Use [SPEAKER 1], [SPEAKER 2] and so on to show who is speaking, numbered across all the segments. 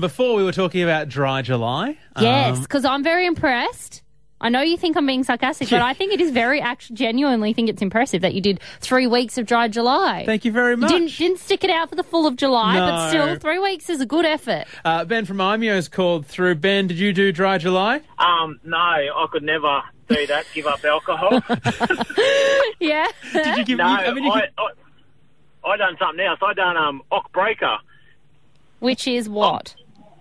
[SPEAKER 1] before we were talking about dry July.
[SPEAKER 2] Yes,
[SPEAKER 1] Um,
[SPEAKER 2] because I'm very impressed. I know you think I'm being sarcastic, but I think it is very actually genuinely think it's impressive that you did three weeks of dry July.
[SPEAKER 1] thank you very
[SPEAKER 2] You
[SPEAKER 1] much.
[SPEAKER 2] didn't, didn't stick it out for the full of July, but
[SPEAKER 1] No.
[SPEAKER 2] still, three weeks is a good effort.
[SPEAKER 1] Uh, ben from IMEO has called through. Ben, did you do dry July?
[SPEAKER 3] Um, no, I could never do that. Give up alcohol.
[SPEAKER 2] Yeah.
[SPEAKER 1] Did you give?
[SPEAKER 3] No,
[SPEAKER 1] you- I mean, you
[SPEAKER 3] I,
[SPEAKER 1] could-
[SPEAKER 3] I, I done something else. I done um Ock Breaker,
[SPEAKER 2] Which is what?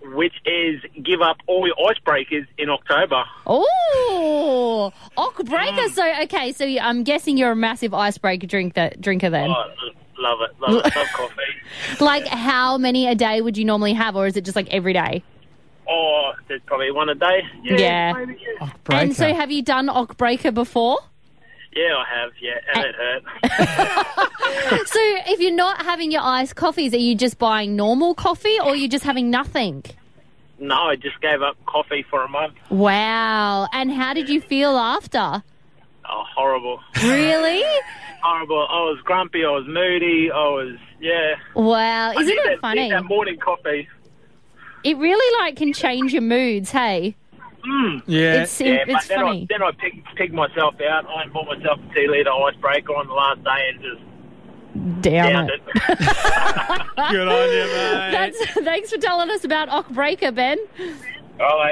[SPEAKER 3] which is give up all your icebreakers in October.
[SPEAKER 2] Oh, Ock
[SPEAKER 1] Mm.
[SPEAKER 2] Breaker. So, okay, so you- I'm guessing you're a massive icebreaker drink that, drinker then.
[SPEAKER 3] Oh, love it, love it, love coffee.
[SPEAKER 2] Like, how many a day would you normally have, or is it just like every day?
[SPEAKER 3] Oh, there's probably one a day. Yeah,
[SPEAKER 2] Yeah.
[SPEAKER 3] maybe, yeah.
[SPEAKER 2] And so,
[SPEAKER 1] Breaker.
[SPEAKER 2] have you done Ock Breaker before?
[SPEAKER 3] Yeah, I have. Yeah, and it hurt.
[SPEAKER 2] Uh, So, if you're not having your iced coffees, are you just buying normal coffee or you're just having nothing?
[SPEAKER 3] No, I just gave up coffee for a month.
[SPEAKER 2] Wow. And how did you feel after?
[SPEAKER 3] Oh, horrible,
[SPEAKER 2] Really?
[SPEAKER 3] horrible. I was grumpy. I was moody. I was yeah.
[SPEAKER 2] Wow. Isn't
[SPEAKER 3] Need
[SPEAKER 2] it
[SPEAKER 3] that-
[SPEAKER 2] funny?
[SPEAKER 3] need That morning coffee.
[SPEAKER 2] It really like can change your moods, hey?
[SPEAKER 1] yeah.
[SPEAKER 2] It's
[SPEAKER 3] Yeah,
[SPEAKER 2] it's
[SPEAKER 3] but then
[SPEAKER 2] funny.
[SPEAKER 3] I then I pick, pick myself out. I bought myself a two litre icebreaker on the last day and just
[SPEAKER 2] Damn
[SPEAKER 3] downed
[SPEAKER 2] it.
[SPEAKER 3] it.
[SPEAKER 1] Good on you, mate.
[SPEAKER 2] That's, thanks for telling us about Ock Breaker, Ben.
[SPEAKER 3] All right.